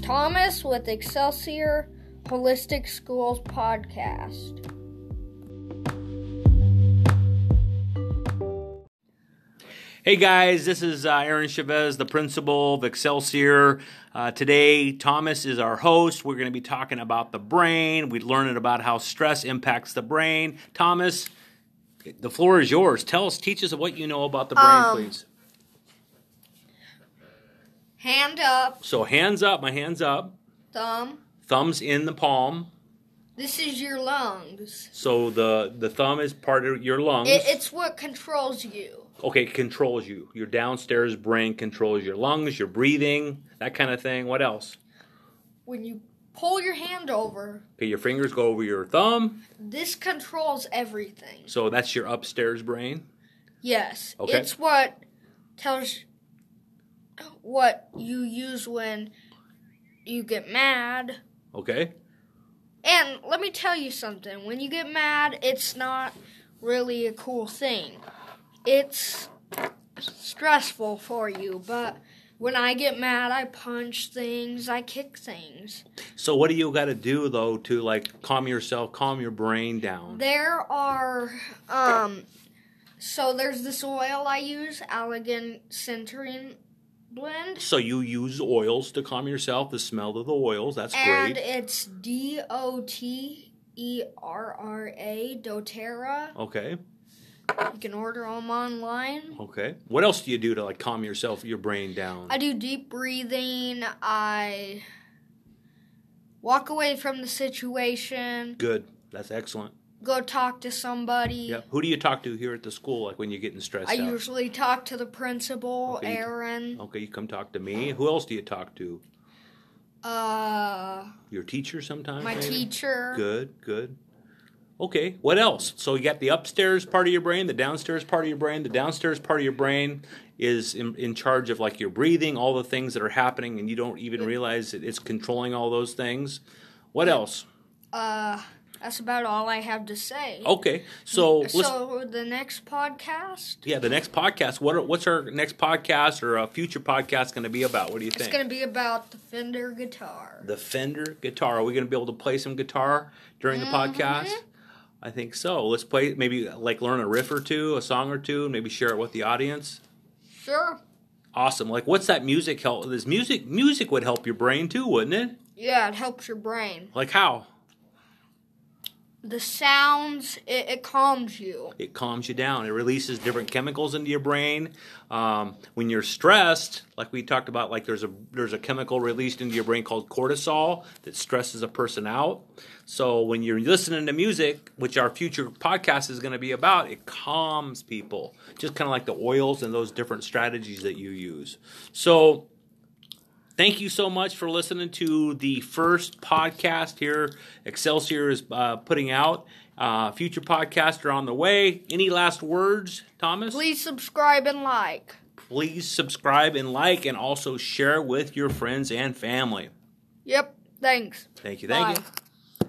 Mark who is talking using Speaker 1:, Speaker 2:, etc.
Speaker 1: Thomas with Excelsior Holistic Schools podcast.
Speaker 2: Hey guys, this is uh, Aaron Chavez, the principal of Excelsior. Uh, today, Thomas is our host. We're going to be talking about the brain. We're learning about how stress impacts the brain. Thomas, the floor is yours. Tell us, teach us what you know about the brain,
Speaker 1: Um,
Speaker 2: please.
Speaker 1: Hand up,
Speaker 2: So, hands up, my hands up,
Speaker 1: thumb.
Speaker 2: thumbs in the palm.
Speaker 1: This is your lungs.
Speaker 2: So, the, the thumb is part of your lungs.
Speaker 1: It, it's what controls you.
Speaker 2: okay, controls you. Your downstairs brain controls your lungs, your breathing, that kind of thing. What else?
Speaker 1: When you pull your hand over,
Speaker 2: Okay, your fingers go over your thumb.
Speaker 1: this controls everything.
Speaker 2: So that's your upstairs brain.
Speaker 1: Yes.
Speaker 2: Okay.
Speaker 1: It's what tells what you use when you get mad.
Speaker 2: Okay.
Speaker 1: And let me tell you something. When you get mad, it's not really a cool thing. It's stressful for you, but when I get mad, I punch things, I kick things.
Speaker 2: So what do you got to do though to like calm yourself, calm your brain down?
Speaker 1: There are um so there's this oil I use, Allegan Centurion blend.
Speaker 2: So you use oils to calm yourself, the smell of the oils. That's
Speaker 1: And
Speaker 2: great.
Speaker 1: it's D O T E R R A DoTerra.
Speaker 2: Okay.
Speaker 1: You can order them online.
Speaker 2: Okay. What else do you do to like calm yourself, your brain down?
Speaker 1: I do deep breathing. I walk away from the situation.
Speaker 2: Good. That's excellent.
Speaker 1: Go talk to somebody.
Speaker 2: Yep. Who do you talk to here at the school like when you're getting stressed
Speaker 1: I
Speaker 2: out?
Speaker 1: usually talk to the principal,
Speaker 2: Okay, you-
Speaker 1: Aaron.
Speaker 2: okay, you come talk to me. Who else do you talk to?
Speaker 1: Uh,
Speaker 2: Your teacher sometimes?
Speaker 1: my
Speaker 2: maybe?
Speaker 1: teacher.
Speaker 2: Good, good. Okay, what else? So you got the upstairs part of your brain, the downstairs part of your brain. The downstairs part of your brain is in, in charge of like your breathing, all the things that are happening, and you don't even realize that it's controlling all those things. What else?
Speaker 1: Uh, that's about all I have to say.
Speaker 2: Okay, so let's.
Speaker 1: so the next podcast
Speaker 2: Yeah, the next podcast. What are, what's our next podcast or a future podcast going to be about? What do you
Speaker 1: it's
Speaker 2: think?
Speaker 1: going to be about the Fender guitar.
Speaker 2: the Fender guitar. Are we going to be able to play some guitar during the podcast? I think so. Let's play maybe like learn a riff or two, a song or two, and maybe share it with the audience.
Speaker 1: Sure.
Speaker 2: Awesome. Like what's that music help? This music music would help your brain too, wouldn't it?
Speaker 1: Yeah, it helps your brain.
Speaker 2: Like how?
Speaker 1: The sounds, it, it calms you.
Speaker 2: It calms you down. It releases different chemicals into your brain. Um, when you're stressed, like we talked about, like there's a there's a chemical released into your brain called cortisol that stresses a person out. So when you're listening to music, which our future podcast is going to be about, it calms people, just kind of like the oils and those different strategies that you use. So Thank you so much for listening to the first podcast here. Excelsior is uh, putting out. Uh, future podcasts are on the way. Any last words, Thomas?
Speaker 1: Please subscribe and like.
Speaker 2: Please subscribe and like, and also share with your friends and family.
Speaker 1: Yep, thanks.
Speaker 2: Thank you. Thank
Speaker 1: Bye.
Speaker 2: you.